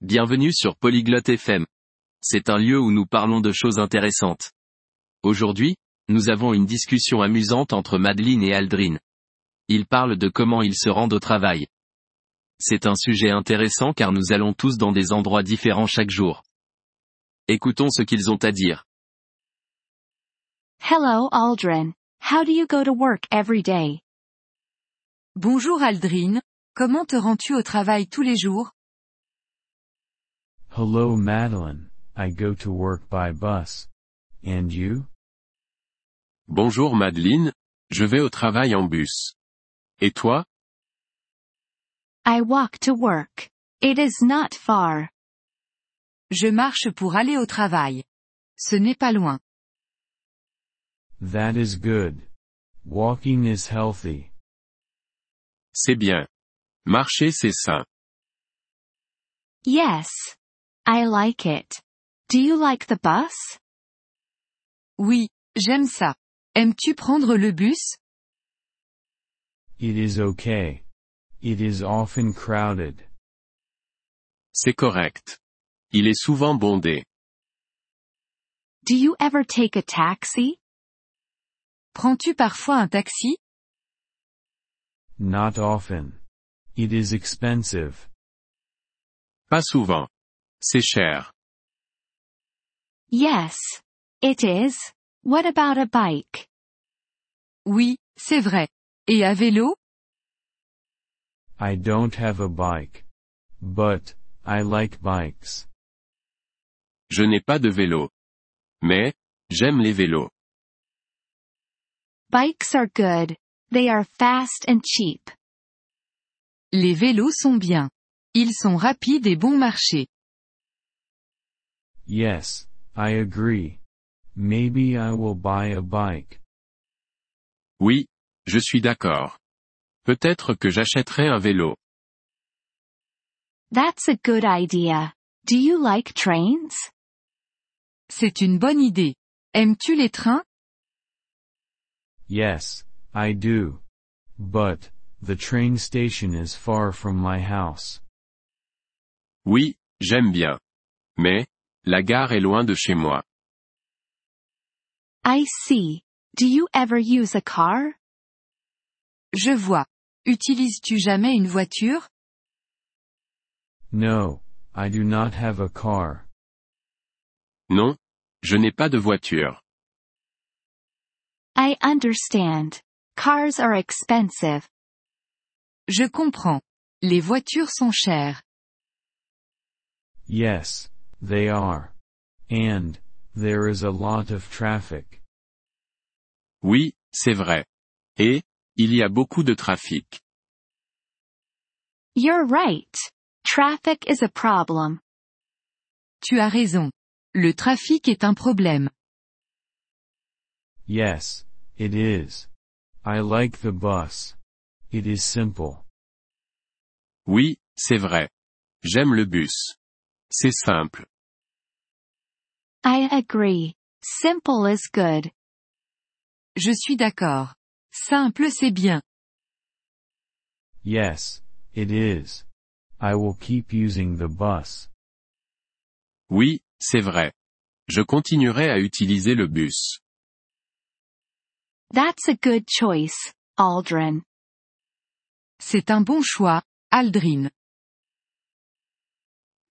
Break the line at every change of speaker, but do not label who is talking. Bienvenue sur Polyglotte FM. C'est un lieu où nous parlons de choses intéressantes. Aujourd'hui, nous avons une discussion amusante entre Madeleine et Aldrin. Ils parlent de comment ils se rendent au travail. C'est un sujet intéressant car nous allons tous dans des endroits différents chaque jour. Écoutons ce qu'ils ont à dire.
Hello Aldrin. How do you go to work every day?
Bonjour Aldrin, comment te rends-tu au travail tous les jours
Hello Madeline, I go to work by bus. And you?
Bonjour Madeline, je vais au travail en bus. Et toi?
I walk to work. It is not far.
Je marche pour aller au travail. Ce n'est pas loin.
That is good. Walking is healthy.
C'est bien. Marcher c'est sain.
Yes. I like it. Do you like the bus?
Oui, j'aime ça. Aimes-tu prendre le bus
It is okay. It is often crowded.
C'est correct. Il est souvent bondé.
Do you ever take a taxi?
Prends-tu parfois un taxi
Not often. It is expensive.
Pas souvent. C'est cher.
Yes. It is. What about a bike?
Oui, c'est vrai. Et à vélo
I don't have a bike. But, I like bikes.
Je n'ai pas de vélo. Mais, j'aime les vélos.
Bikes are good. They are fast and cheap.
Les vélos sont bien. Ils sont rapides et bon marché.
Yes, I agree. Maybe I will buy a bike.
Oui, je suis d'accord. Peut-être que j'achèterai un vélo.
That's a good idea. Do you like trains?
C'est une bonne idée. Aimes-tu les trains
Yes, I do. But, the train station is far from my house.
Oui, j'aime bien. Mais, la gare est loin de chez moi.
I see. Do you ever use a car?
Je vois. Utilises-tu jamais une voiture
No, I do not have a car.
Non, je n'ai pas de voiture.
I understand. Cars are expensive.
Je comprends. Les voitures sont chères.
Yes, they are. And, there is a lot of traffic.
Oui, c'est vrai. Et, il y a beaucoup de trafic.
You're right. Traffic is a problem.
Tu as raison. Le trafic est un problème.
Yes, it is. I like the bus. It is simple.
Oui, c'est vrai. J'aime le bus. C'est simple.
I agree. Simple is good.
Je suis d'accord. Simple c'est bien.
Yes, it is. I will keep using the bus.
Oui, c'est vrai. Je continuerai à utiliser le bus.
That's a good choice, Aldrin.
C'est un bon choix, Aldrin.